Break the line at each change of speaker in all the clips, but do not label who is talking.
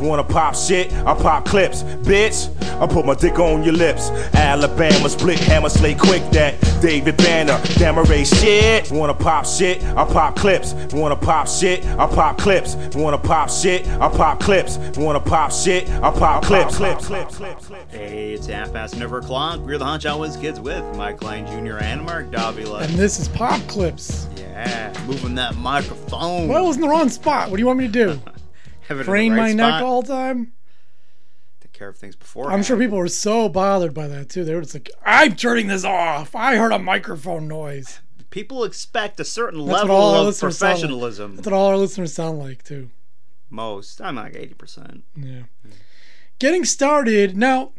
Wanna pop shit? I pop clips, bitch. I put my dick on your lips. Alabama split hammer slay quick that David Banner, Damaray shit. Wanna pop shit? I pop clips. Wanna pop shit? I pop clips. Wanna pop shit? I pop clips. Wanna pop shit? I pop clips.
Hey, it's half past never o'clock. We're the Hunch Always Kids with Mike Klein Jr. and Mark Davila.
And this is Pop Clips.
Yeah, moving that microphone.
Well, it was in the wrong spot. What do you want me to do?
Have it in the
Crane
right
my
spot.
neck all the time?
Take care of things before.
I'm sure people were so bothered by that too. They were just like, I'm turning this off. I heard a microphone noise.
people expect a certain
That's
level
what all our
of
listeners sound like.
professionalism.
That's what all our listeners sound like too.
Most, I'm like eighty percent.
Yeah. Getting started. Now,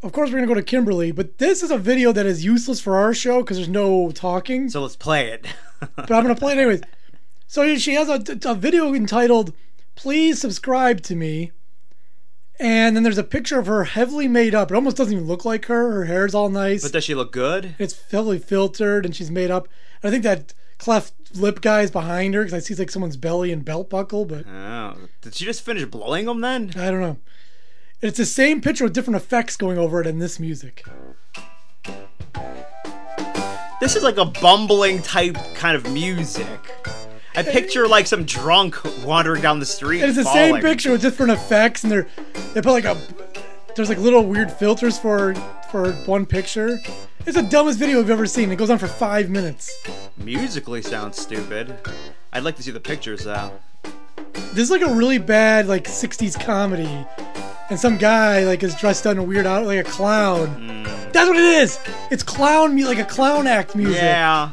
of course, we're going to go to Kimberly, but this is a video that is useless for our show because there's no talking.
So let's play it.
but I'm gonna play it anyways. So she has a, a video entitled "Please Subscribe to Me," and then there's a picture of her heavily made up. It almost doesn't even look like her. Her hair's all nice.
but does she look good?
it's heavily filtered, and she's made up. And I think that cleft lip guy is behind her because I see like someone's belly and belt buckle, but
Oh, did she just finish blowing them then?
I don't know. It's the same picture with different effects going over it and this music.
This is like a bumbling type kind of music. I picture like some drunk wandering down the street.
It's the
falling.
same picture with different effects, and they're they put like a there's like little weird filters for for one picture. It's the dumbest video I've ever seen. It goes on for five minutes.
Musically sounds stupid. I'd like to see the pictures though.
This is like a really bad like '60s comedy, and some guy like is dressed up in a weird out like a clown.
Mm.
That's what it is. It's clown me like a clown act music.
Yeah.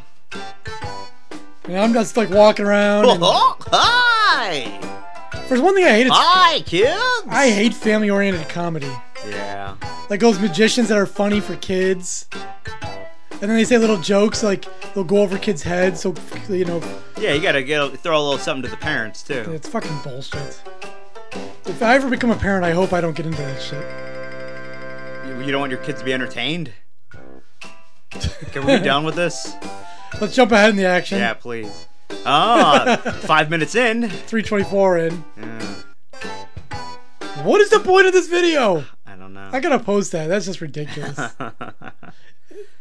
And I'm just like walking around. and-
Oh, hi!
There's one thing I hate. It's,
Hi, kids!
I hate family-oriented comedy.
Yeah.
like those magicians that are funny for kids. And then they say little jokes like they'll go over kids' heads, so you know
Yeah, you gotta get, throw a little something to the parents, too.
it's fucking bullshit. If I ever become a parent, I hope I don't get into that shit.
You, you don't want your kids to be entertained? Can we be done with this?
Let's jump ahead in the action.
Yeah, please. Ah, five minutes in.
324 in.
Yeah,
What is the point of this video?
I don't know.
I gotta post that. That's just ridiculous.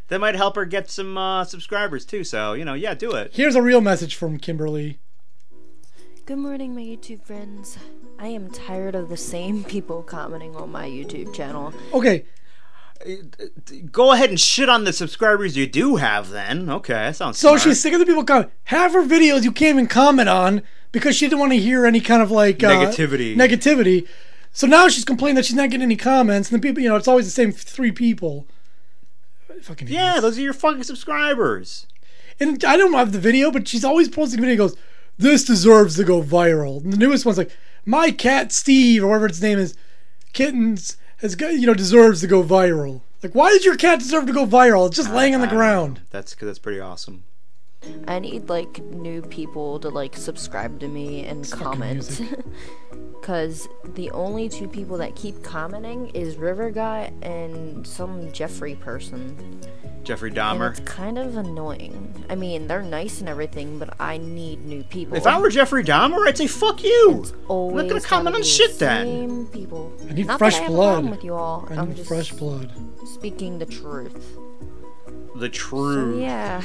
That might help her get some uh, subscribers, too, so, you know, yeah, do it.
Here's a real message from Kimberly.
Good morning, my YouTube friends. I am tired of the same people commenting on my YouTube channel.
Okay,
Go ahead and shit on the subscribers you do have, then. Okay, that sounds
so
smart.
she's sick of the people comment. Half her videos you can't even comment on because she didn't want to hear any kind of like uh,
Negativity.
negativity. So now she's complaining that she's not getting any comments, and the people, you know, it's always the same three people. Fucking
Yeah,
idiots.
those are your fucking subscribers.
And I don't have the video, but she's always posting video. Goes, this deserves to go viral. And the newest one's like, my cat Steve or whatever its name is, kittens has got you know deserves to go viral. Like, why does your cat deserve to go viral? It's just laying on the
I don't
ground.
know. Um, That's because that's pretty awesome.
I need like new people to like subscribe to me and comment. Cause the only two people that keep commenting is River Guy and some Jeffrey person.
Jeffrey
And
Dahmer.
it's
Oh.
kind of annoying. I mean, they're nice and everything, but I need new people.
If I were Jeffrey Dahmer, I'd say fuck you. I'm
Always
not gonna
gotta
comment on
be the
shit then.
Same people.
I need
Not
fresh
that I have A
blood.
problem with you all.
I
am
need
just
fresh blood.
speaking the truth.
The
So,
truth.
yeah.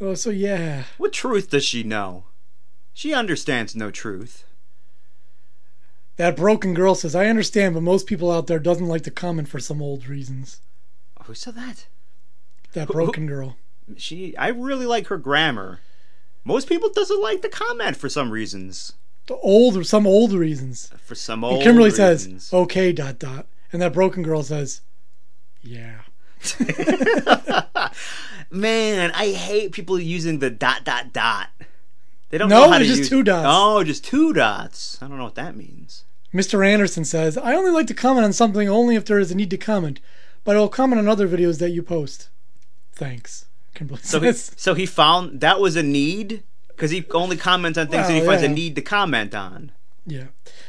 Oh, so yeah.
What truth does she know? She understands no truth.
That broken girl says, I understand, but most people out there doesn't like to comment for some old reasons.
Oh, Who said that?
That
Who-
broken girl.
She. I really like her grammar. Most people doesn't like to comment for some reasons.
The old some old reasons.
For some
And
old
Kimberly
reasons.
says, oh. okay, dot dot. And that broken girl says, yeah.
Man, I hate people using the dot dot dot. They don't
No,
know how to
it's just
use-
two dots.
Oh, just two dots. I don't know what that means.
Mr. Anderson says, I only like to comment on something only if there is a need to comment, but I will comment on other videos that you post. Thanks. Kimberly
So he,
says,
so he found that was a need because he only comments on things that he
Well,
finds a
yeah.
need to comment on.
yeah.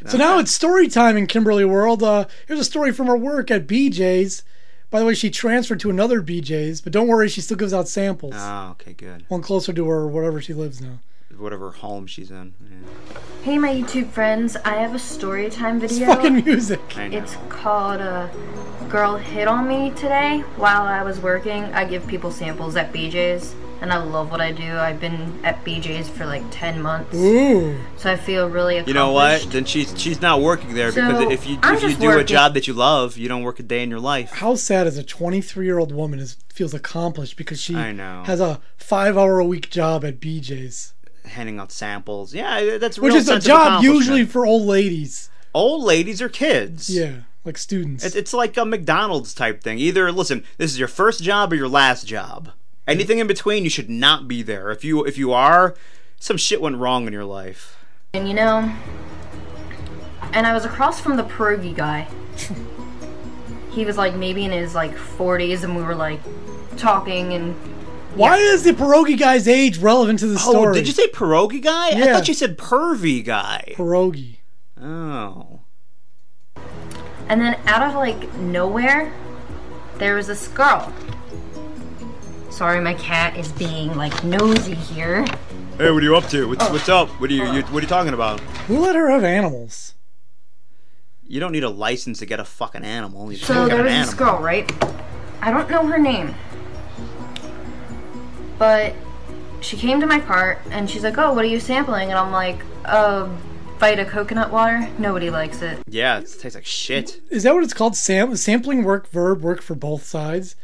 So now it's story time in Kimberly World. Uh, here's a story from her work at BJ's. By the way, she transferred to another BJ's, but don't worry, she still gives out samples.
Oh, okay, good.
One closer to her, wherever she lives now.
Whatever home she's in. Yeah,
Hey, my YouTube friends, I have a story time
It's
video.
fucking music.
I know.
It's called uh, Girl Hit on Me Today. While I was working, I give people samples at BJ's, and I love what I do. I've been at BJ's for like 10 months,
Ooh.
so I feel really accomplished.
You know what? Then she's she's not working there
So,
because if you
I'm
if you
just
do a
working.
job that you love, you don't work a day in your life.
How sad is a 23 year old woman is feels accomplished because she
I know.
has a five hour a week job at BJ's,
Handing out samples. Yeah, that's
which
real
is a
sense of
job usually
accomplishment.
for old ladies.
old ladies or kids.
Yeah, like students.
It's, it's like a McDonald's type thing. Either listen, this is your first job or your last job. Anything in between, you should not be there. If you if you are, some shit went wrong in your life.
And you know, and I was across from the pierogi guy. he was like maybe in his like 40s, and we were like talking and
Why is the pierogi guy's age relevant to the story?
Oh, did you say pierogi guy? I
Yeah.
thought you said pervy guy.
pierogi?
Oh,
And then out of like nowhere, there was this girl. Sorry, my cat is being like nosy here.
hey, what are you up to? What's what's up? What are you, you what are you talking about?
Who let her have animals?
You don't need a license to get a fucking animal. You just
So
get an
there was
animal.
this girl, right? I don't know her name. But she came to my cart and she's like, Oh, what are you sampling? And I'm like, Uh, Vita coconut water? Nobody likes it.
Yeah, it tastes like shit.
Is that what it's called? Sam- sampling work verb work for both sides.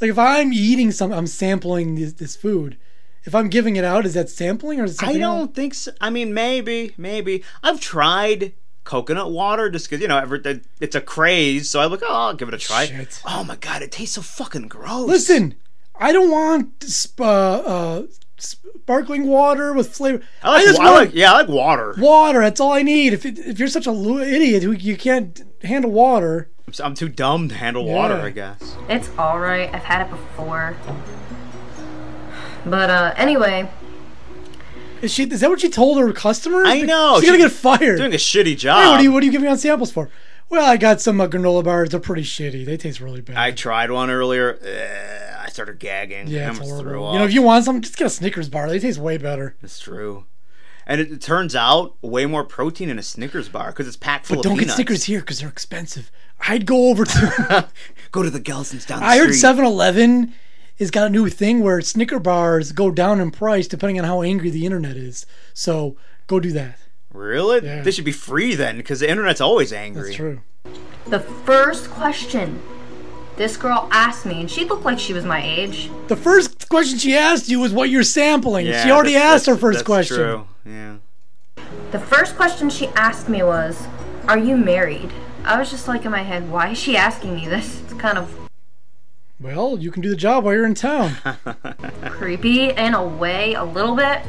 Like if I'm eating some, I'm sampling this, this food. If I'm giving it out, is that sampling or is it
I
something else?
don't think so. I mean, maybe, maybe. I've tried coconut water just because you know every, that- it's a craze. So I'm like, oh, I'll give it a try.
Shit.
Oh my god, it tastes so fucking gross.
Listen, I don't want sp- uh, uh, sparkling water with flavor.
I like,
just
wa- I
want
like- yeah, I like water.
water. That's all I need. If it, if you're such a lo- idiot who you can't handle water,
I'm s- I'm too dumb to handle water,
Yeah.
I guess.
It's alright, I've had it before. But uh, anyway,
is she? Is that what she told her customers?
I know,
she's gonna
she-
get fired.
Doing a shitty
Hey, what
job.
are you what are you giving out samples for? Well, I got some uh, granola bars. They're pretty shitty. They taste really bad.
I tried one earlier. Uh, I started gagging. I
yeah, it's
almost threw
horrible.
up.
You know, if you want some, just get a Snickers bar. They taste way better.
it's true. And it, it turns out way more protein in a Snickers bar because it's packed full
But
of
don't get
peanuts.
Snickers here because they're expensive. I'd go over to.
Go to the Gelson's down the
I heard
street.
7 Eleven has got a new thing where Snicker bars go down in price depending on how angry the internet is. So go do that.
Really?
Yeah.
This should be free then, because the internet's always angry.
That's true.
the first question this girl asked me, and she looked like she was my age.
The first question she asked you was what you're sampling.
Yeah,
she already
that's-
asked her
that's-
first
that's
question.
True. Yeah.
The first question she asked me was, Are you married? I was just like in my head, Why is she asking me this? It's kind of
Well, you can do the job while you're in town.
creepy in a way, a little bit.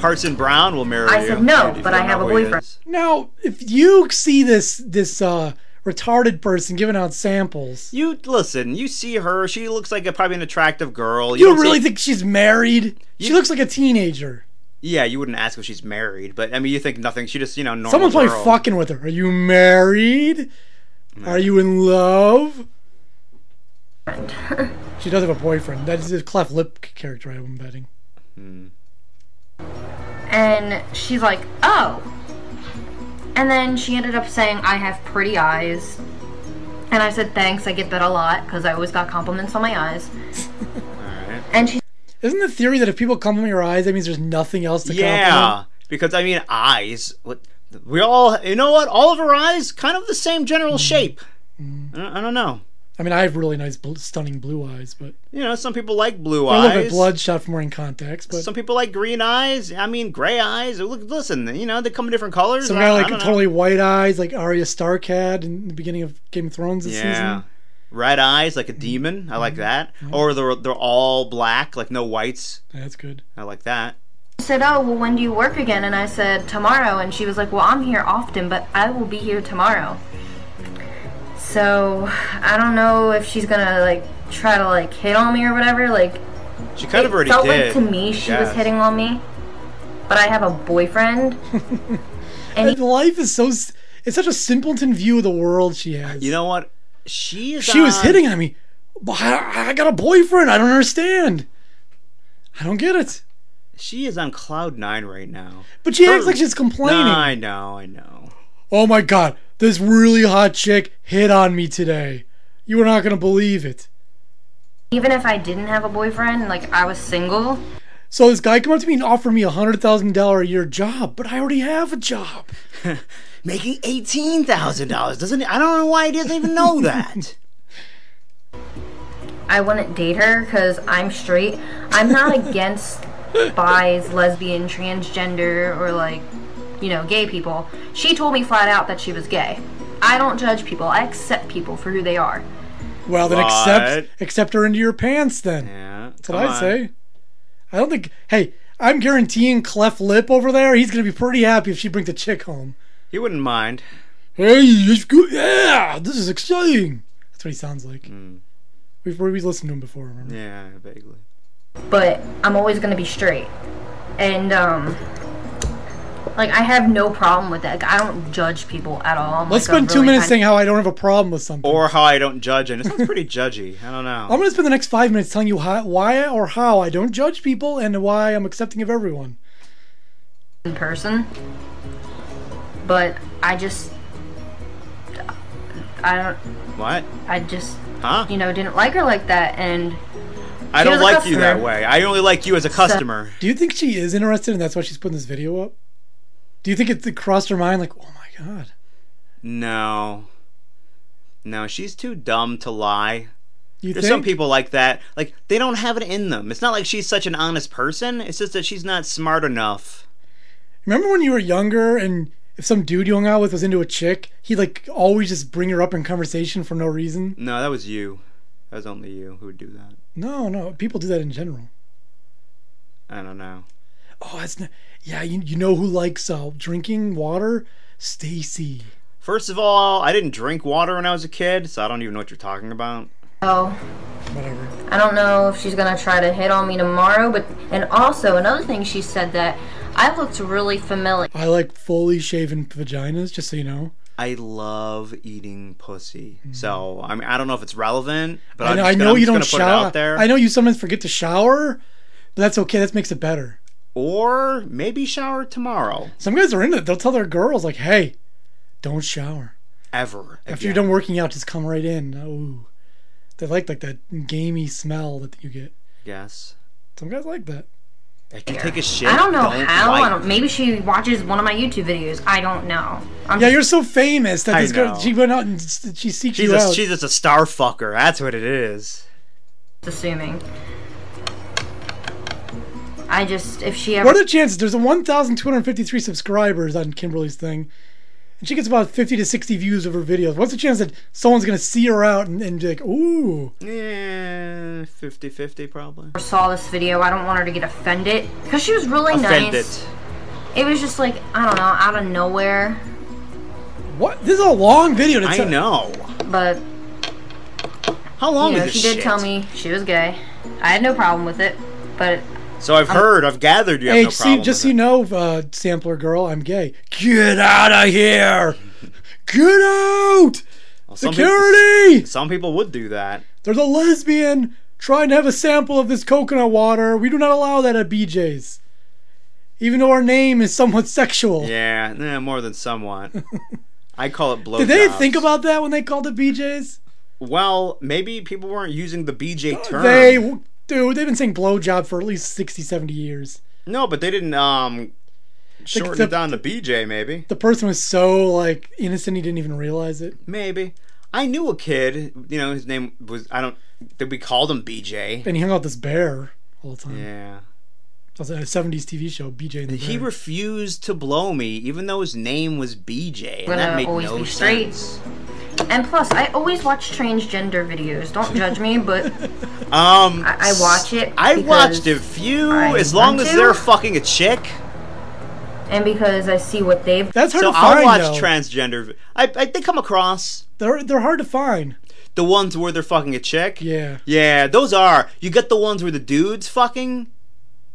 Parson Brown will marry
I
you.
said no,
if you
but
don't
I have
know
a
who he
boyfriend.
is.
Now, if you see this this uh, retarded person giving out samples,
You listen. You see her. She looks like a, probably an attractive girl.
you
don't
really
see-
think she's married? She
You-
looks like a teenager.
Yeah, you wouldn't ask if she's married, but I mean, you think nothing. She just, you know, normal.
Someone's probably
Oh, girl. Mm.
fucking with her. Are you married? Are you in love? She does have a boyfriend. That is a cleft lip character, I'm betting.
And she's like, Oh. And then she ended up saying, I have pretty eyes. And I said, Thanks, I get that a lot because I always got compliments on my eyes.
Alright.
And she
Isn't the theory that if people come from your eyes, that means there's nothing else to
Yeah, because I mean, eyes. What we all, you know, what all of her eyes kind of the same
Mm-hmm.
general shape. I, don't, I don't know.
compliment? I mean, I have really nice, bl- stunning blue eyes, but
You know, some people like blue
I
eyes.
look like bloodshot from wearing contacts. But
Some people like green eyes. I mean, gray eyes. Look, listen, you know, they come in different colors.
Some
I-
guy
I
like
don't know.
totally white eyes, like Arya Stark had in the beginning of Game of Thrones this
yeah.
season.
Red eyes, like a
Mm-hmm.
demon. I like that. Or they're they're all black, like no whites.
Yeah, That's good.
I like that.
said, Oh, well, when do you work again? And I said, Tomorrow. And she was like, Well, I'm here often, but I will be here tomorrow. So I don't know if she's gonna like try to like hit on me or whatever. Like
She kind of
it
already
felt
did.
like to me she was
Yes.
hitting on me, but I have a boyfriend.
And life is so. s- It's such a simpleton view of the world she has.
You know what? She is.
she was
on-
hitting on me. But I, I got a boyfriend. I don't understand. I don't get it.
She is on cloud nine right now.
But she acts like she's complaining.
Nah, I know, I know.
Oh my god, this really hot chick hit on me today. You are not gonna believe it.
Even if I didn't have a boyfriend, like I was single,
So this guy come up to me and offered me a hundred thousand dollar a year job, but I already have a job.
Making eighteen thousand dollars doesn't. I don't know why he doesn't even know that.
I wouldn't date her because I'm straight. I'm not against bis, lesbian, transgender, or like, you know, gay people. She told me flat out that she was gay. I don't judge people. I accept people for who they are.
Well, then
Right.
accept accept her into your pants then.
yeah, that's
That's what I say. I don't think. Hey, I'm guaranteeing Clef Lip over there. He's gonna be pretty happy if she brings a chick home.
He wouldn't mind.
Hey, it's good. Yeah, this is exciting. That's what he sounds like. We've we listened to him before. Remember?
Hmm. Yeah, vaguely.
but I'm always gonna be straight. And um like I have no problem with that. Like, I don't judge people at all. I'm
Let's
like a
spend two
really
minutes
kind-
saying how I don't have a problem with something.
Or how I don't judge, and it sounds pretty judgy. I don't know.
I'm gonna spend the next five minutes telling you how, why or how I don't judge people and why I'm accepting of everyone.
in person. But I just I don't
what?
I just
Huh?
you know didn't like her like that and
I don't
was a
like you that
customer.
way. I only like you as a customer.
Do you think she is interested and that's why she's putting this video up? Do you think it, it crossed her mind like, oh my god?
No. No, she's too dumb to lie.
You
There's
think?
some people like that. Like they don't have it in them. It's not like she's such an honest person. It's just that she's not smart enough.
Remember when you were younger and if some dude you hung out with was into a chick, he'd like always just bring her up in conversation for no reason?
No, that was you. That was only you who would do that.
No, no, people do that in general.
I don't know.
Oh, that's not, yeah. You, you know who likes uh, drinking water? Stacy.
First of all, I didn't drink water when I was a kid, so I don't even know what you're talking about.
oh
Whatever.
I don't know if she's gonna try to hit on me tomorrow. But and also another thing she said that I looked really familiar.
I like fully shaven vaginas. Just so you know,
I love eating pussy. So I mean, I don't know if it's relevant, but
Mm-hmm. I
I'm just
know, I
gonna,
know
I'm
you
just
don't
gonna put it
shower.
out there.
I know you sometimes forget to shower, but that's okay. That makes it better.
Or maybe shower tomorrow.
Some guys are into it. They'll tell their girls like, "Hey, don't shower."
Ever.
After you're done working out, just come right in. Ooh, they like like that gamey smell that you get.
Yes.
Some guys like that.
I can take a shit.
I don't know how. I
like
don't. Maybe she watches one of my YouTube videos. I don't know. I'm
Yeah, you're so famous that
I
this girl
know.
she went out and s- she seeked
She's
you
a,
out.
she's just a star fucker. That's what it is.
just assuming. I just if she ever
What are the chances? There's a 1,253 subscribers on Kimberly's thing, and she gets about 50 to 60 views of her videos. What's the chance that someone's gonna see her out and, and be like, "Ooh,
Yeah, 50-50 probably.
saw this video, I don't want her to get offended because she was really
Offended.
nice. It was just like I don't know, out of nowhere.
what? This is a long video." To
I
tell-
know.
But
How long
you know,
is
she
this
did
shit?
tell me she was gay. I had no problem with it, but
So I've heard. I've gathered. You have
Hey,
no
just
problem.
so, just
with
so you
it.
know, uh, sampler girl, I'm gay. Get out of here! Get out!
Well, some peop-
Security!
some people would do that.
There's a lesbian trying to have a sample of this coconut water. We do not allow that at BJ's. Even though our name is somewhat sexual.
Yeah, nah, more than somewhat. I call it blowjobs.
Did they think about that when they called it BJ's?
Well, maybe people weren't using the BJ term.
They, dude, they've been saying blowjob for at least 60, 70 years.
no, but they didn't um shorten
the-
it down to BJ. Maybe.
The person was so like innocent he didn't even realize it.
Maybe. I knew a kid. You know, his name was I don't. Did we called him BJ?
And he hung out with this bear all the time.
Yeah.
That was a 70s TV show, BJ and the
He
Bear.
refused to blow me, even though his name was BJ, and that
Gonna
made
always
no
be straight.
sense.
and plus I always watch transgender videos. Don't judge me, but
Um,
I, I watch it.
I watched a
because-
few.
I
As long
want
as
to.
they're fucking a chick,
and because I see what they've.
That's hard
so
to find.
I'll watch
though.
transgender. vi- I, I they come across
they're they're hard to find.
the ones where they're fucking a chick.
Yeah.
Yeah, those are. You get the ones where the dudes fucking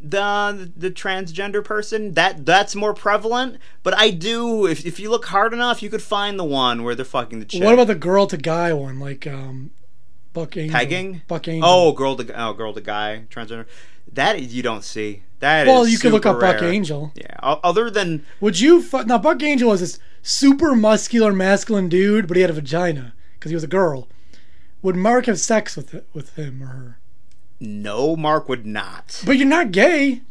the the transgender person. That that's more prevalent. But I do. If if you look hard enough, you could find the one where they're fucking the chick.
What about the girl to guy one? Like um Buck Angel.
pegging.
Buck Angel.
Oh, girl to oh, girl to guy transgender. That you don't see. That
well,
is
you can look
super
up Buck
rare.
Angel.
Yeah. o- Other than
Would you fu- now? Buck Angel was this super muscular, masculine dude, but he had a vagina because he was a girl. Would Mark have sex with it, with him or her?
no, Mark would not.
But you're not gay.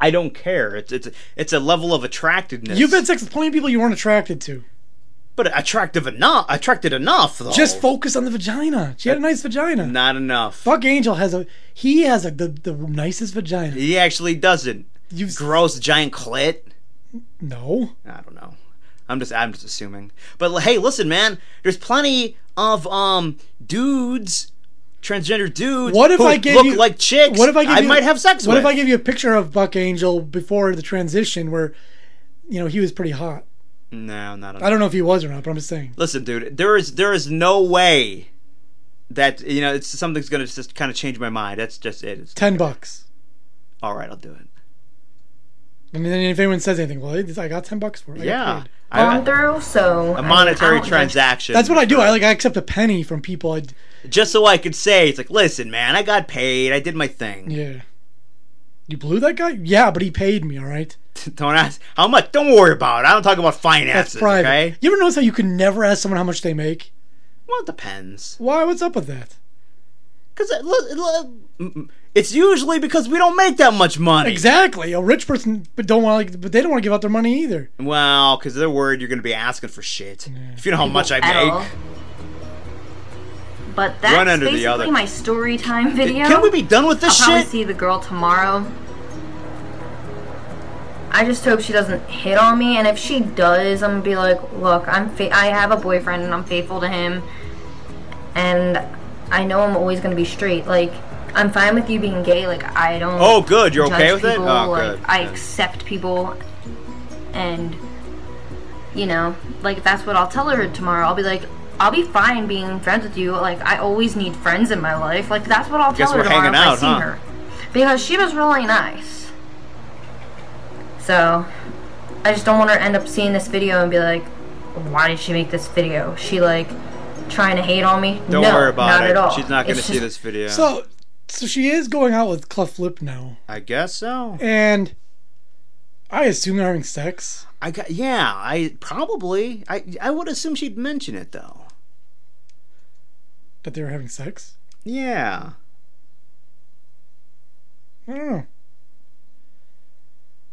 I don't care. It's it's it's a level of attractiveness.
You've had sex with plenty of people you weren't attracted to.
but attractive enough. Attracted enough though.
Just focus on the vagina. She had a nice vagina.
not enough.
Buck Angel has a he has a the, the nicest vagina.
He actually doesn't.
You've
Gross giant clit.
no.
I don't know. I'm just I'm just assuming. But l- hey, listen, man. There's plenty of um dudes, transgender dudes.
What if
who
I gave
look
you-
like chicks?
What if I give you,
might have sex
What
with.
if I give you a picture of Buck Angel before the transition where you know he was pretty hot.
No, not
I
enough.
don't know if he was or not, but I'm just saying.
Listen, dude. There is there is no way that you know it's something's gonna just kind of change my mind. That's just it. It's,
Ten bucks.
all right, I'll do it.
And then if anyone says anything, well, it's- I got ten bucks for it. I got
Yeah. I-
paid.
I-
Gone through, so
a
I mean, I
monetary
don't judge.
transaction.
That's what I do. I like I accept a penny from people. I
just so I could say it's like, listen, man, I got paid. I did my thing.
yeah. You blew that guy? Yeah, but he paid me. All right.
Don't ask how much. Don't worry about it. I don't talk about
That's
finances.
private.
Okay.
You ever notice how you can never ask someone how much they make?
Well, it depends. uh,
Why? What's up with that?
Because it's usually because we don't make that much money.
Exactly. A rich person, but don't want like, but they don't want to give out their money either.
Well, because they're worried you're going to be asking for shit. If you know how much I
at all.
make.
But that's
One under the
basically
other.
my story time video.
Can we be done with
I'll
this
probably
shit?
see the girl tomorrow. I just hope she doesn't hit on me, and if she does, I'm gonna be like, look, I'm fa- I have a boyfriend and I'm faithful to him, and I know I'm always gonna be straight. Like, I'm fine with you being gay. Like, I don't.
Oh, good. You're okay
judge
with it?
people,
Oh,
like,
good.
I
Good.
accept people, and you know, like that's what I'll tell her tomorrow. I'll be like, I'll be fine being friends with you. Like, I always need friends in my life. Like, that's what I'll
Guess
tell her
we're
tomorrow
hanging
if I
out,
see
huh?
her, because she was really nice. So, I just don't want her to end up seeing this video and be like, why did she make this video? She like trying to hate on me?
Don't
no,
worry about
not
it.
At all.
She's not going to
It's
see
just-
this video.
So, so she is going out with Clef Lip now,
I guess so.
and I assume they're having sex.
I got, yeah, I probably. I I would assume she'd mention it though.
That they were having sex.
Yeah.
I don't know.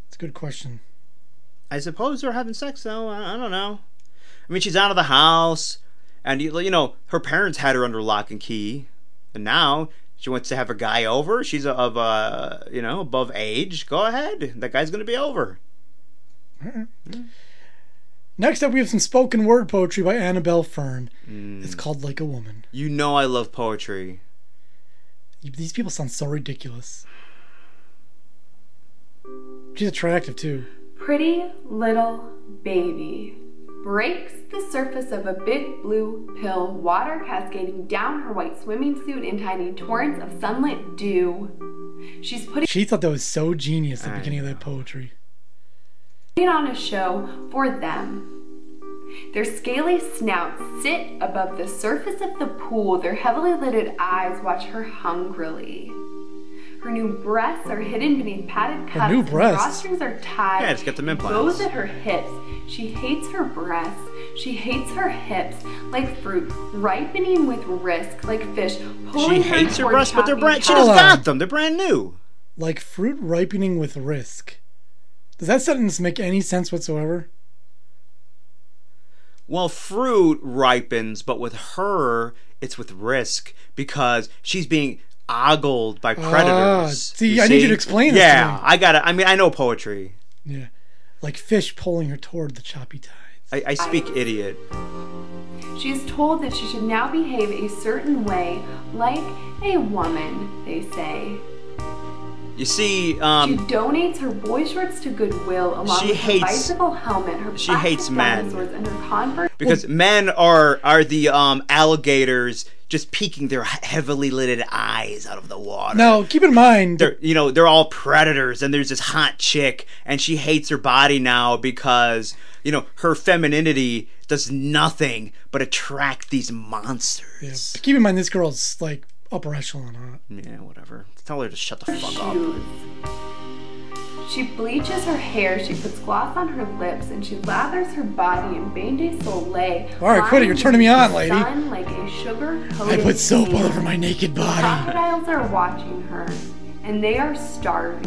It's a good question.
I suppose they're having sex though. I, I don't know. I mean, she's out of the house, and you, you know her parents had her under lock and key, and now she wants to have a guy over. She's of uh you know above age. Go ahead, that guy's gonna be over.
Next up, we have some spoken word poetry by Annabelle Fern. It's called "Like a Woman."
You know I love poetry.
These people sound so ridiculous. She's attractive too.
Pretty little baby breaks the surface of a big blue pill, water cascading down her white swimming suit in tiny torrents of sunlit dew. She's putting
She thought that was so genius at the beginning of that poetry.
it on a show for them. Their scaly snouts sit above the surface of the pool, their heavily lidded eyes watch her hungrily. Her new breasts are hidden beneath padded cups.
new
and
breasts?
Drawstrings are tied.
Yeah, just get them implants.
Bows at her hips. She hates her breasts. She hates her hips, like fruit ripening with risk, like fish pulling
She
her
hates her
toward
breasts, but they're
chopping
brand. She
time.
just
Hold on.
got them. They're brand new.
Like fruit ripening with risk. Does that sentence make any sense whatsoever?
Well, fruit ripens, but with her, it's with risk because she's being ogled by predators.
Ah, see, I need you to explain this to
Yeah,
me.
I got to I mean, I know poetry.
Yeah. Like fish pulling her toward the choppy tides.
I, I speak idiot.
She is told that she should now behave a certain way, like a woman, they say.
You see, um,
she donates her boy shorts to Goodwill along
She
with
hates-
her bicycle helmet, her
she
plastic
hates men.
dinosaurs, and her Converse.
because men are are the um, alligators just peeking their heavily lidded eyes out of the water.
Now, keep in mind,
they're you know they're all predators and there's this hot chick and she hates her body now because you know her femininity does nothing but attract these monsters
keep in mind this girl's like upper echelon. Huh?
yeah, whatever tell her to shut the fuck up
shoes. She bleaches her hair, she puts gloss on her lips, and she lathers her body in bain de soleil.
All right, quit it, you're turning me on, lady.
Sun like a sugar
I put soap all over my naked body.
Crocodiles are watching her, and they are starving.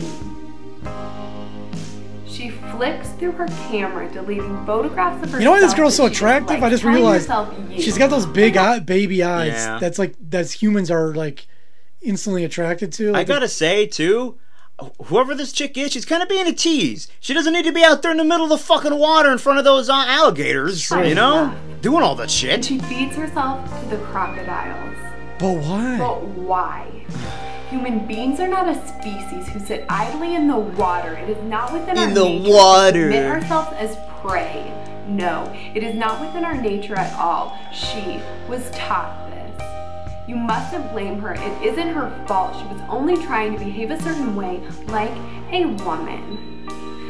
She flicks through her camera, deleting photographs of her.
You know why this girl's so attractive? I just realized she's got those big eye, baby eyes.
Yeah.
That's like that's humans are like instantly attracted to.
i
Like,
gotta say too whoever this chick is she's kind of being a tease she doesn't need to be out there in the middle of the fucking water in front of those uh, alligators you know doing all that
And
shit
she feeds herself to the crocodiles.
but why?
But why? Human beings are not a species who sit idly in the water. It is not within our
In the
nature
water.
to submit ourselves as prey. No, it is not within our nature at all. She was taught this. You mustn't blame her. It isn't her fault. She was only trying to behave a certain way, like a woman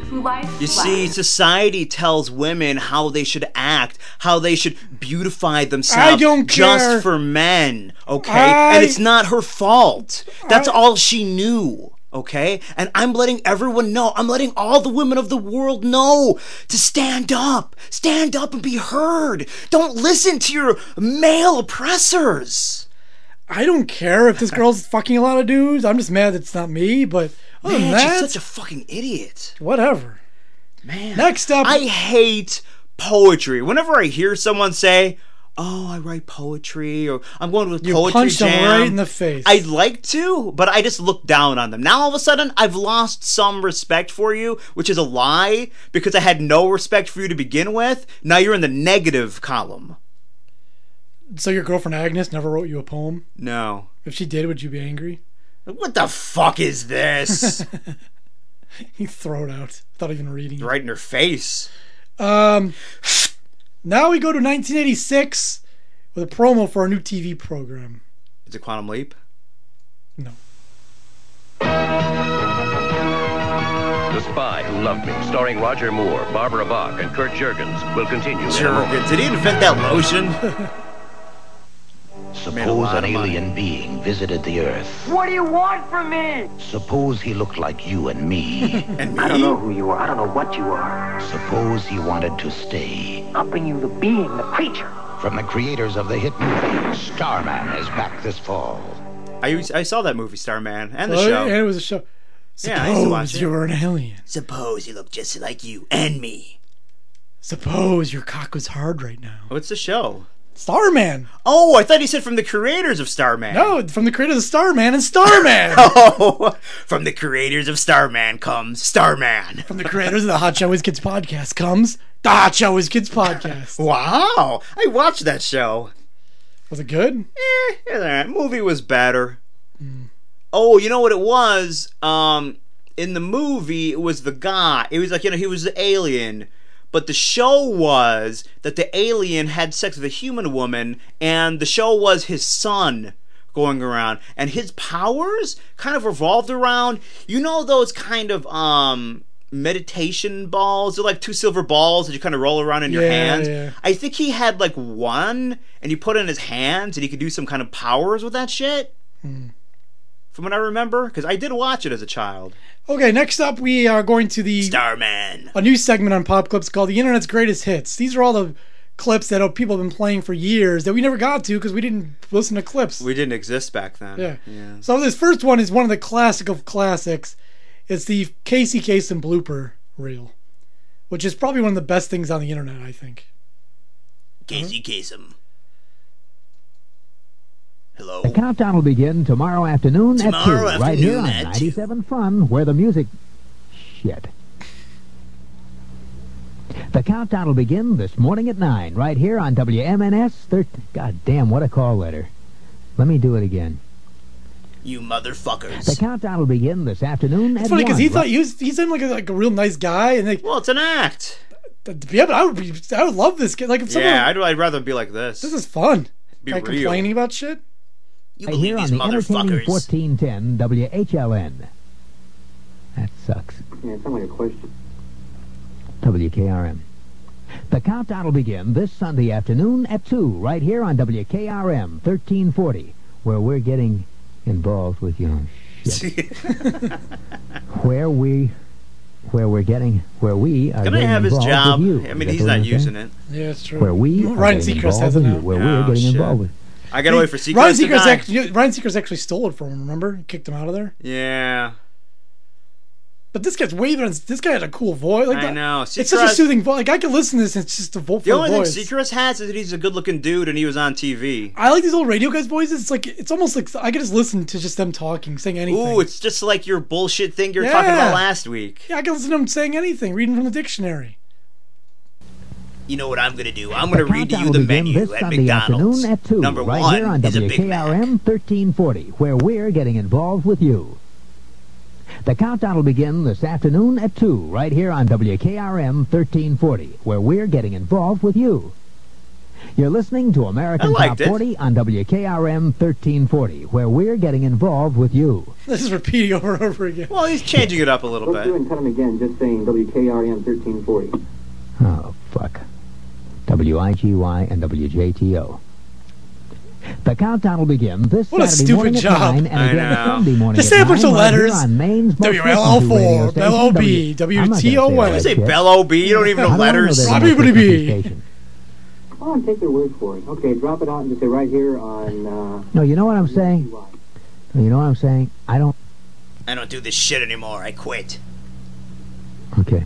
who lies.
You see,
flat.
society tells women how they should act, how they should beautify themselves
I don't care.
just for men, okay?
I-
and it's not her fault. That's
I-
all she knew, okay? And I'm letting everyone know, I'm letting all the women of the world know to stand up, stand up and be heard. Don't listen to your male oppressors.
I don't care if this girl's fucking a lot of dudes. I'm just mad it's not me. But other
Man,
than that,
she's such a fucking idiot.
whatever.
Man.
Next up,
I hate poetry. Whenever I hear someone say, "Oh, I write poetry," or "I'm going to a
you
poetry
punched
jam,"
him right in the face.
I'd like to, but I just look down on them. Now all of a sudden, I've lost some respect for you, which is a lie because I had no respect for you to begin with. Now you're in the negative column.
so your girlfriend Agnes never wrote you a poem.
No.
If she did, would you be angry?
What the fuck is this?
You throw it out without even reading. it.
right in her face.
Um, now we go to 1986 with a promo for our new TV program.
Is it Quantum Leap?
No.
The Spy Who Loved Me, starring Roger Moore, Barbara Bach, and Kurt Jurgens, will continue. in a moment.
Did he invent that lotion?
Suppose an alien being visited the Earth. What do you want from me? Suppose he looked like you and me.
And
I don't
me?
know who you are. I don't know what you are.
Suppose he wanted to stay.
I'll bring you the being, the creature.
From the creators of the hit movie, Starman is back this fall.
I, I saw that movie, Starman, and the
Oh,
show.
And it was a show.
Yeah, I used to watch
Suppose
it.
you're an alien.
Suppose you look just like you and me.
Suppose your cock was hard right now.
What's the show?
Starman.
Oh, I thought he said from the creators of Starman.
No, from the creators of Starman and Starman.
Oh, from the creators of Starman comes Starman.
from the creators of the Hot Show is Kids podcast comes the Hot Show is Kids podcast.
Wow, I watched that show.
Was it good?
Eh, it was alright. Movie was better. Oh, you know what it was? Um, in the movie, it was the guy. It was like you know he was the alien, but the show was that the alien had sex with a human woman, and the show was his son going around, and his powers kind of revolved around you know those kind of um meditation balls they're like two silver balls that you kind of roll around in your
Yeah,
hands
yeah.
I think he had like one, and he put it in his hands, and he could do some kind of powers with that shit. From what I remember, because I did watch it as a child.
Okay, next up we are going to the
Starman.
a new segment on Pop Clips called "The Internet's Greatest Hits." These are all the clips that uh, people have been playing for years that we never got to because we didn't listen to clips.
We didn't exist back then.
Yeah. So this first one is one of the classic of classics. It's the Casey Kasem blooper reel, which is probably one of the best things on the internet, I think.
Casey
Uh-huh.
Kasem. Hello.
Countdown will begin tomorrow afternoon at 2,
Tomorrow
right here
afternoon
on
at
97 Fun, where the music... Shit. The countdown will begin this morning at 9, right here on WMNS 13... God damn, what a call letter. Let me do it again.
you motherfuckers.
The countdown will begin this afternoon.
It's
at
funny because he
one.
thought he was, he seemed like a, like a real nice guy, and like,
well, it's an act.
Yeah, but I would be, I would love this kid. Like, if someone,
yeah, I'd, I'd rather be like this.
this is fun.
Be
like
real.
complaining about shit.
You
Right
believe
here
these
on the entertaining
motherfuckers?
1410 WHLN. That sucks.
Yeah, it's only a question.
WKRM. The countdown will begin this Sunday afternoon at 2, right here on WKRM 1340, where we're getting involved with your shit. where we, where we're getting, where we are
Can I
getting
have his
involved
job?
with you.
I
Is
mean,
that
he's
the
not
one you're
using
saying?
it.
Yeah, it's true. Mm,
Where we are
Ryan
getting
Seacrest has
involved
it
with
now.
you, where we're
Oh,
getting
shit.
involved with.
I gotta wait for Seacrest.
Ryan
to
Seacrest,
die.
actually, Ryan Seacrest actually stole it from him. Remember, he kicked him out of there.
Yeah,
But this guy's way better. than- This guy had a cool voice. Like
I
that-
know.
It's such a
Seacrest-
soothing voice. Like I could listen to this. and It's just a vo- for
the
the
only thing
voice.
Seacrest has is that he's a good-looking dude and he was on TV.
I like these old radio guys' voices. It's like it's almost like I could just listen to just them talking, saying anything.
Ooh, it's just like your bullshit thing you were talking
Yeah.
about last week.
yeah, I could listen to them saying anything, reading from the dictionary.
You know what I'm gonna do? I'm gonna
The
read to
countdown
you the
will begin
menu
this
at
Sunday
McDonald's.
afternoon at 2,
Number
right
one
here on
is a Big Mac.
WKRM 1340, where we're getting involved with you. The countdown will begin this afternoon at 2, right here on WKRM 1340, where we're getting involved with you. You're listening to American
I liked
Top
it.
40 on WKRM 1340, where we're getting involved with you.
This is repeating over and over again.
Well, he's changing it up a little
Go through
bit.
and cut him again, just saying WKRM 1340.
Oh, fuck. WIGY and WJTO. The countdown will begin this
What a
Saturday
stupid
morning at
job.
9 and
I
again
know.
Sunday morning
Just
at
say a bunch
9
of
right here
letters.
on Maine's most
WLL4,
listened to radio station,
LOB,
W- I'm not gonna say
WTOL.
that
You say
shit.
Bell OB? You don't even
I
know
don't know
letters.
their
Bobby
most
Woody
listened
Bee.
station.
Oh, and take their word for it. Okay, drop it out and just say right here on, uh...
No, you know what I'm saying?
UI.
You know what I'm saying? I don't...
I don't do this shit anymore. I quit.
Okay.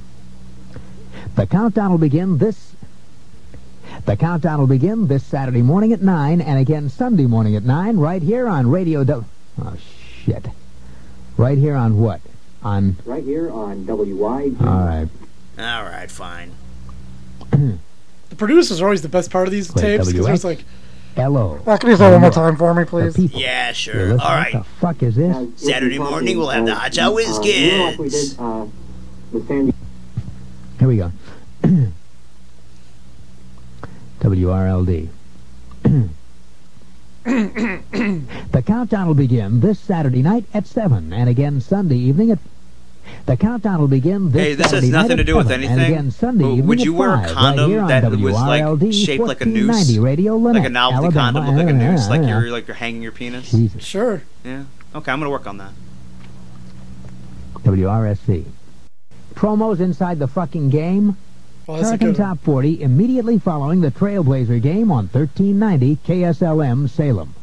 The countdown will begin this... The countdown will begin this Saturday morning at 9 and again Sunday morning at 9 right here on Radio... Do- oh, shit. Right here on what? On...
Right here on WYG.
All right.
All right, fine.
The producers are always the best part of these
Wait,
tapes because
WX?
it's like,
Hello.
can you
say one more
time for me, please?
people.
Yeah,
You're
sure.
listening?
All right.
What the fuck is this?
Uh,
Saturday morning, we'll have the hot chow
uh,
whiz
uh, you know like we
kids.
did, uh, the San
Here we go. WRLD. the countdown will begin this Saturday night at 7 and again Sunday evening at. The countdown will begin this
Hey, this has
Saturday night
nothing
at
to do with
7
anything.
And again Sunday
But
evening
would you
at
wear a
5,
condom
right here on
that was, like,
WRLD
shaped like a noose?
1490 Radio
Like
Linux,
a novelty
Alabama,
condom with like a noose, like
uh,
you're like you're hanging your penis.
Jesus.
Sure.
Yeah. Okay, I'm gonna work on that.
WRSC. Promos inside the fucking game.
Well, that's a
Hurricane
good one.
Top 40 immediately following the Trailblazer game on 1390 KSLM Salem.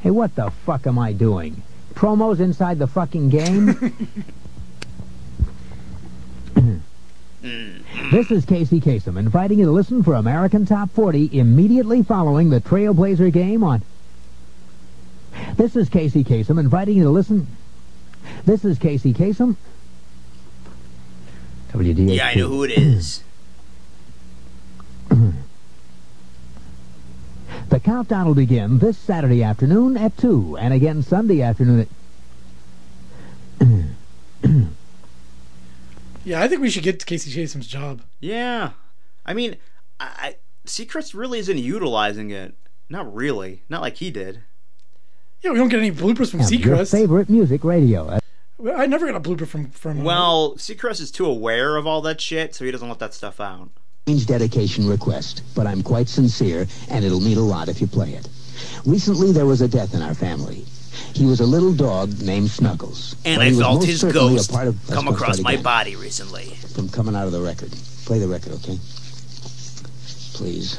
Hey, what the fuck am I doing? Promos inside the fucking game? this is Casey Kasem inviting you to listen for American Top 40 immediately following the Trailblazer game on. This is Casey Kasem inviting you to listen. This is Casey Kasem. WDHP.
Yeah, I know who it is.
The countdown will begin this Saturday afternoon at 2 and again Sunday afternoon at...
Yeah, I think we should get Casey Kasem's job.
Yeah. I mean, I, I Seacrest really isn't utilizing it. Not really. Not like he did.
Yeah, we don't get any bloopers from
Your
Seacrest.
favorite music radio.
Well, I never got a blooper from from.
Well, Seacrest is too aware of all that shit, so he doesn't let that stuff out.
Strange dedication request, but I'm quite sincere, and it'll mean a lot if you play it. Recently, there was a death in our family. He was a little dog named Snuggles.
And
but
I
he was
felt
most
his
certainly a
ghost
part of- Let's
come
go
across
start
my
again.
body recently.
from coming out of the record. Play the record, okay? Please.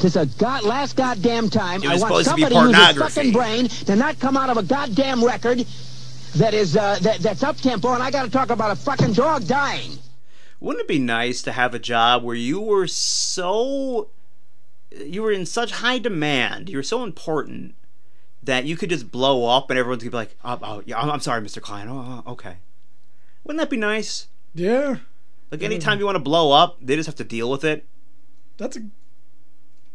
This a god last goddamn time.
It
I
was
want
supposed to be
somebody who's a
pornography.
fucking brain to not come out of a goddamn record that is uh, that, that's up tempo, and I got to talk about a fucking dog dying.
Wouldn't it be nice to have a job where you were so you were in such high demand, you were so important that you could just blow up and everyone's gonna be like, "Oh, oh yeah, I'm, I'm sorry, Mr. Klein. Oh, oh, okay." Wouldn't that be nice?
Yeah,
Like anytime you want to blow up, they just have to deal with it.
that's a.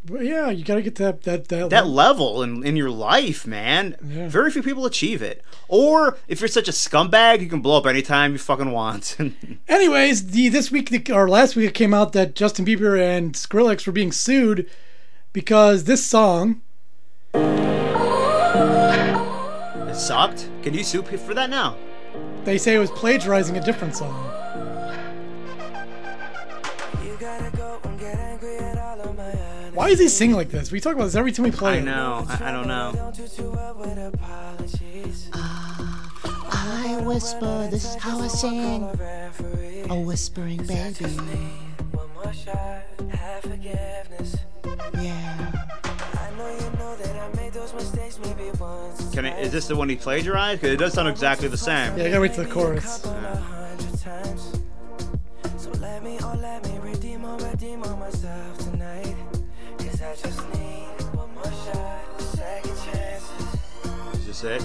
Well, yeah, you gotta get that that that.
That level in, in your life, man, very few people achieve it. Or if you're such a scumbag, you can blow up anytime you fucking want.
Anyways, the this week or last week it came out that Justin Bieber and Skrillex were being sued because this song
it sucked. Can you sue people for that now?
they say it was plagiarizing a different song. Why does he sing like this? We talk about this every time we play.
I
it.
know. I, I don't know.
I whisper, this is how I sing. A whispering baby. Yeah.
Can I, is this the one he plagiarized? 'Cause it does sound exactly the same.
Yeah, I gotta wait till the chorus.
oh,
Is this it?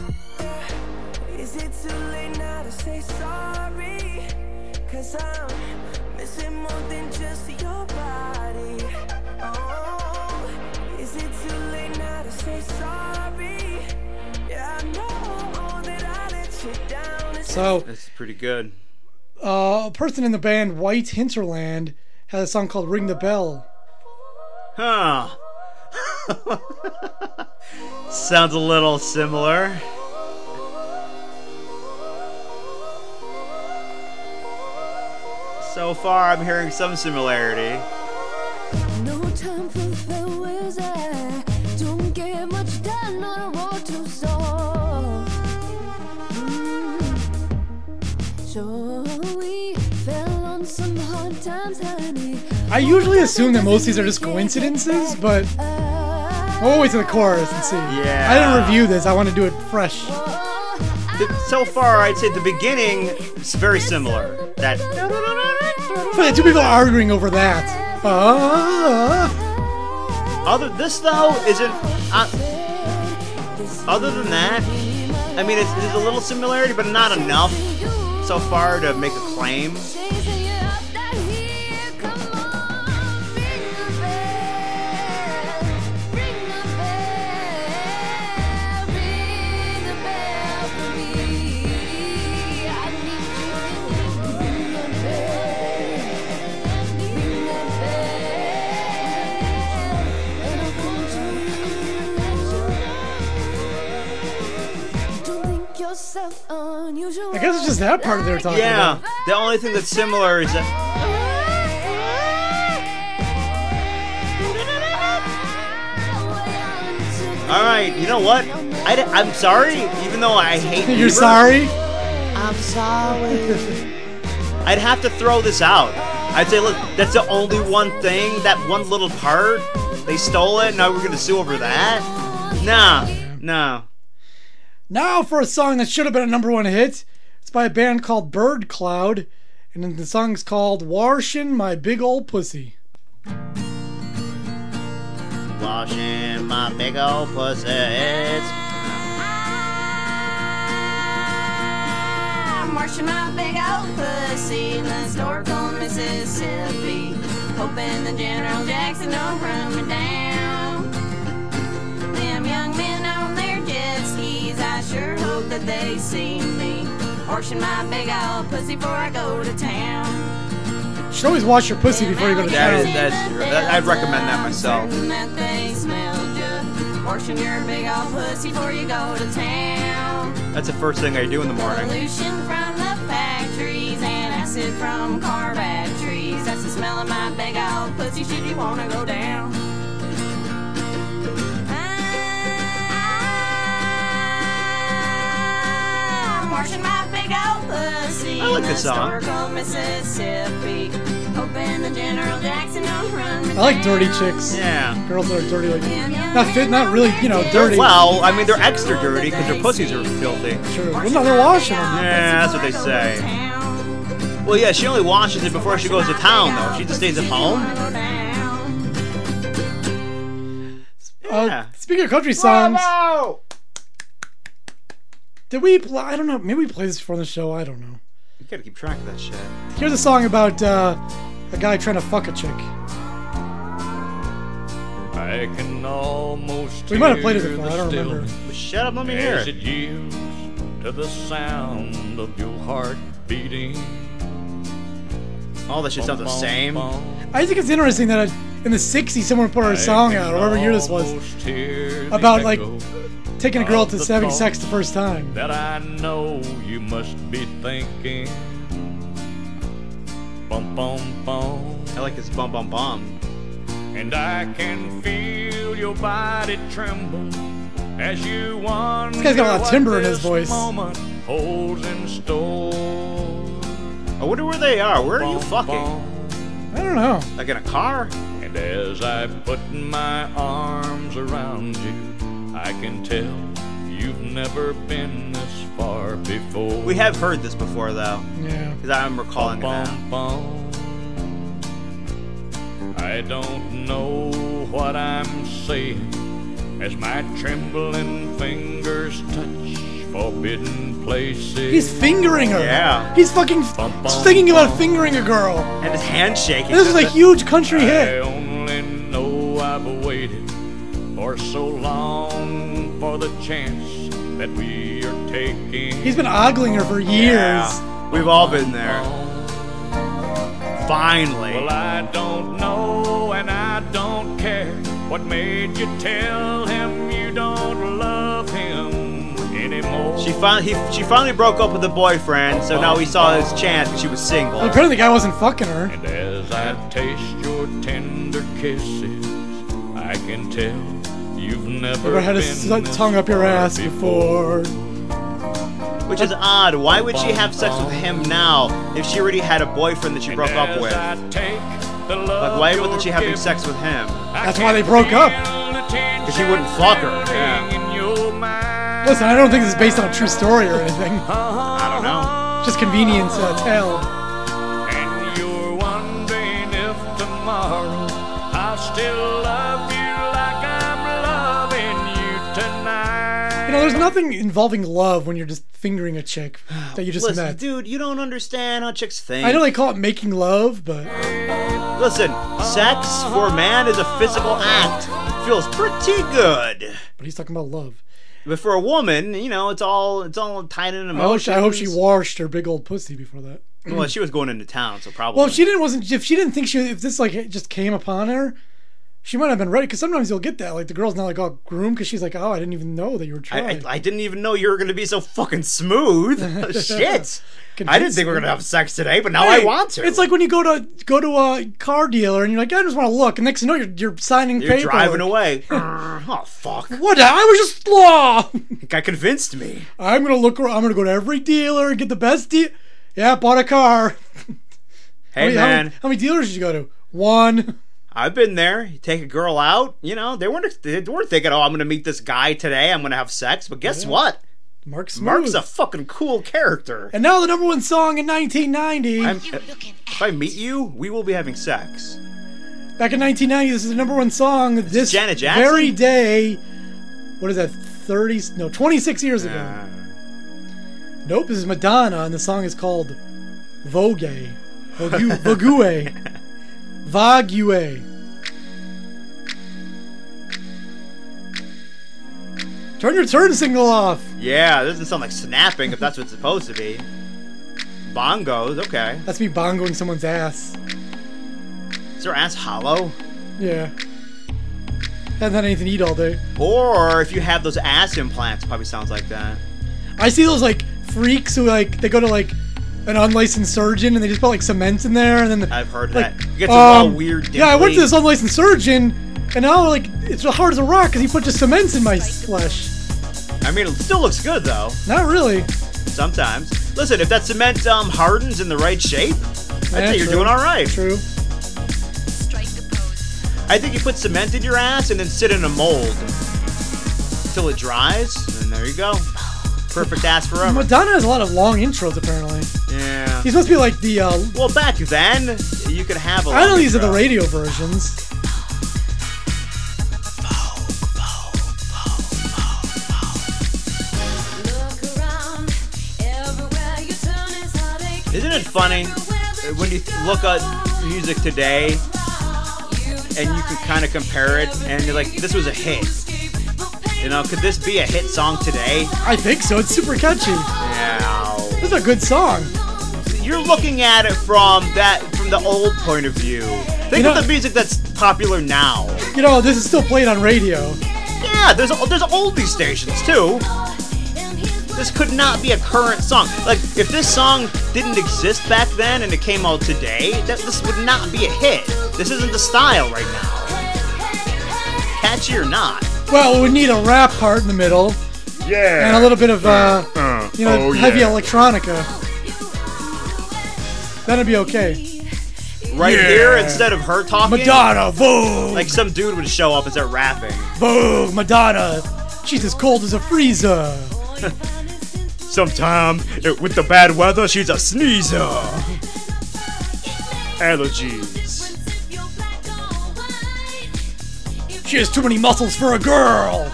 Is it too late now to say sorry? Cause I'm missing more than just your body. Oh, is it too late now to say sorry? Yeah, I know that I let you down. It's
So
That's pretty good.
uh, a person in the band White Hinterland had a song called "Ring the Bell."
Huh. Sounds a little similar. So far, I'm hearing some similarity.
No time for farewells. I don't get much done on a road to Seoul. Mm. So we fell on some hard times, honey.
I usually assume that most of these are just coincidences, but we'll wait till the chorus and see.
Yeah.
I didn't review this. I want to do it fresh.
Oh,
The- so far, I'd say the beginning is very similar. That
It's like two people arguing over that. Ah.
other this though isn't. Uh, other than that, I mean, it's, there's a little similarity, but not enough so far to make a claim.
Unusual.
I guess it's just that part they're talking
Yeah,
about.
the only thing that's similar is that All right, you know what? I am sorry, even though I hate.
You're
Bieber,
sorry?
I'm sorry.
I'd have to throw this out. I'd say, look, that's the only one thing, that one little part. They stole it. Now we're gonna sue over that. Nah, no.
Now for a song that should have been a number one hit. It's by a band called Bird Cloud, and then the song's called Warshin' My Big Old Pussy.
Washing my big old pussy.
I'm washing my big old pussy in the historical Mississippi. Hoping the General Jackson don't run me down. Them young men on their jet skis, I sure hope that they see me. Washing my big old pussy before I go to town.
You should always wash your pussy before you go to
That is
town.
that's that, I'd recommend that myself.
Certain that they smelled you. Washing your big old pussy before you go to town.
That's the first thing I do in the morning.
Pollution from the factories and acid from car batteries. That's the smell of my big old pussy. Should you wanna go down? I'm washing my big old pussy.
I like
in
this song.
historical Mississippi. Hoping the General Jackson don't run me
I like dirty chicks.
Yeah.
Girls that are dirty, like not fit, not really, you know,
They're-
dirty.
Well, I mean, they're extra dirty because their pussies are filthy.
Sure. Well, no, they're washing them.
Yeah, that's what they say. Well, yeah, she only washes it before she goes to town, though. She just stays at home.
Uh, speaking of country songs,
Bravo!
did we? Pl- I don't know. Maybe we played this before the show. I don't know.
You gotta keep track of that shit.
Here's a song about uh, a guy trying to fuck a chick.
I can almost
We might have played it
hear
before,
the
I don't remember.
stillness
Shut up, let me hear
as
it.
it yields to the sound of your heart beating.
All that shit sounds the same.
I think it's interesting that in the '60s someone put a song out, or whatever year this was, about like taking a girl to having sex the first time.
That I know you must be thinking. Bum bum bum.
I like this bum bum bum.
And I can feel your body tremble as you wonder.
This guy's got a lot of
what
timbre in his
this
voice.
Moment holds in store.
I wonder where they are. Where are you fucking?
I don't know.
Like in a car?
And as I put my arms around you, I can tell you've never been this far before.
We have heard this before, though.
Yeah.
Because I'm recalling it now.
I don't know what I'm saying as my trembling fingers touch forbidden places.
He's fingering her.
Yeah.
He's fucking thinking about fingering a girl.
And his handshaking.
This is a huge country
I
hit.
only know I've waited for so long for the chance that we are taking.
He's been ogling her for years.
Yeah. We've all been there. Finally.
Well, I don't know and I don't care what made you tell him you don't love him anymore.
She finally, he, she finally broke up with the boyfriend, so now he saw his chance. 'cause She was single.
Well, apparently the guy wasn't fucking her.
And as I taste your tender kisses, I can tell you've never,
Never had a
been
s- tongue up your ass before.
Which is odd. Why would she have sex with him now if she already had a boyfriend that she broke up with? Like, why wasn't she having sex with him?
That's why they broke up.
Because he wouldn't fuck her.
Listen, I don't think this is based on a true story or anything.
I don't know.
Just convenience uh, tale.
And you're wondering if tomorrow I'll still love you like I'm loving you tonight.
You know, there's nothing involving love when you're just fingering a chick that you just
Listen,
met.
dude, you don't understand how chicks think.
I know they call it making love, but
Listen, sex for man is a physical act. It feels pretty good.
but he's talking about love.
But for a woman, you know, it's all it's all tied in
I hope,
emotions.
she, I hope she washed her big old pussy before that.
Well, she was going into town, so probably.
Well, if she didn't wasn't if she didn't think she if this like it just came upon her, she might have been ready. Because sometimes you'll get that like the girl's not like all groomed because she's like oh I didn't even know that you were
I, I,
trying.
I didn't even know you were going to be so fucking smooth. Shit. I didn't
Convinced
think we were
me.
going to have sex today, but now
Hey,
I want to.
It's like when you go to go to a car dealer and you're like I just want to look, and next thing you know you're, you're signing
You're
paper.
driving away. oh, fuck.
What I was just law.
Guy convinced me.
I'm gonna look. ar- I'm gonna go to every dealer and get the best deal. Yeah, bought a car.
Hey,
how, many,
man.
how many dealers did you go to? One.
I've been there. You take a girl out, you know, they weren't they weren't thinking, oh, I'm gonna meet this guy today, I'm gonna have sex. But guess what?
Mark Smooth.
Mark's a fucking cool character.
and now the number one song in 1990.
I'm, if I meet you, we will be having sex.
Back in 1990, this is the number one song. This
Janet Jackson?
very day. What is that? 30? No, 26 years ago.
Uh,
Nope, this is Madonna, and the song is called Vogue. Vogue. Vogue. Vogue. Turn your turn signal off.
Yeah, this doesn't sound like snapping if that's what it's supposed to be. Bongos, okay.
That's me bongoing someone's ass.
Is their ass hollow?
Yeah. Haven't had anything to eat all day.
Or if you have those ass implants, it probably sounds like that.
I see those like freaks who like they go to like an unlicensed surgeon and they just put like cements in there and then the,
I've heard
like um,
that. You get some all weird
Yeah, I went to
dimply-
this unlicensed surgeon and now like it's hard as a rock because he put just cements in my flesh.
I mean, it still looks good though.
Not really.
Sometimes. Listen, if that cement um, hardens in the right shape, I'd say you're
true.
doing all right.
True.
I think you put cement in your ass and then sit in a mold till it dries, and there you go. Perfect ass forever.
Madonna has a lot of long intros, apparently.
Yeah.
These must be like the. Uh,
well, back then, you could have a.
I know
long
these are the
intro.
radio versions.
Isn't it funny uh, when you look at music today and you can kind of compare it and you're like, this was a hit. You know, could this be a hit song today?
I think so. It's super catchy.
No.
This is a good song.
You're looking at it from that from the old point of view. Think
You know-
of the music that's popular now.
You know, this is still played on radio.
Yeah, there's there's oldie stations too. This could not be a current song. Like if this song didn't exist back then and it came out today, that this would not be a hit. This isn't the style right now. Catchy or not.
Well, we need a rap part in the middle.
Yeah.
And a little bit of, uh,
Uh,
you know,
oh,
heavy
yeah.
electronica. That'd be okay.
Right
Yeah.
here, instead of her talking,
Madonna, boom.
Like some dude would show up and start rapping.
Boom, Madonna. She's as cold as a freezer.
Sometime it- with the bad weather, she's a sneezer. Allergies.
She has too many muscles for a girl.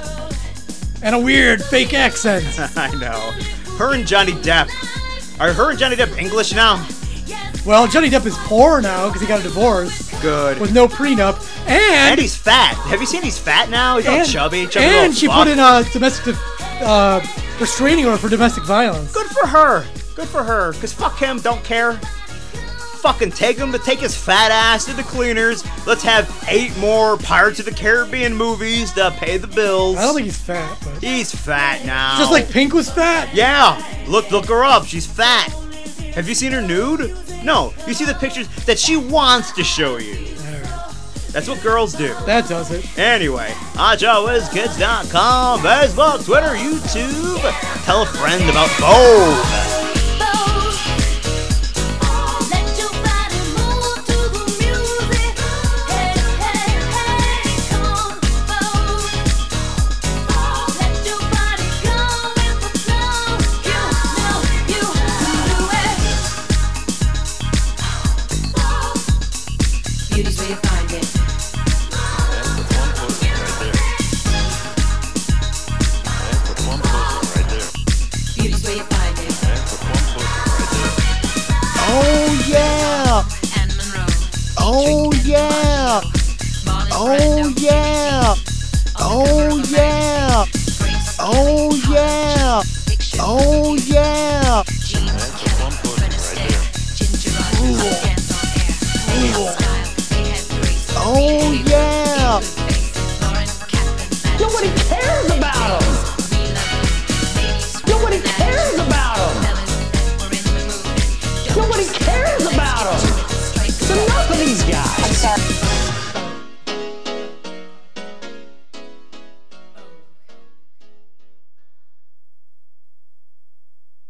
And a weird fake accent.
I know. Her and Johnny Depp. Are her and Johnny Depp English now?
Well, Johnny Depp is poor now because he got a divorce
Good.
with no prenup. And,
And he's fat. Have you seen he's fat now? He's all
and-
chubby. chubby little
and she
fuck.
put in a domestic uh, restraining order for domestic violence.
Good for her. Good for her. Cause fuck him, don't care. Fucking take him to take his fat ass to the cleaners. Let's have eight more Pirates of the Caribbean movies to pay the bills.
I don't think he's fat, but
he's fat now.
just like Pink was fat.
Yeah, look, look her up. She's fat. Have you seen her nude? No. You see the pictures that she wants to show you. That's what girls do.
That does it.
Anyway, AjaWizKids.com, Facebook, Twitter, YouTube. Tell a friend about both.
Oh,
Beauty's where you find it. Beauty's where you find it.
Oh, yeah. Oh, yeah. Oh, yeah. Oh, yeah. Oh, yeah. Oh, yeah.
Oh yeah! Nobody cares about him!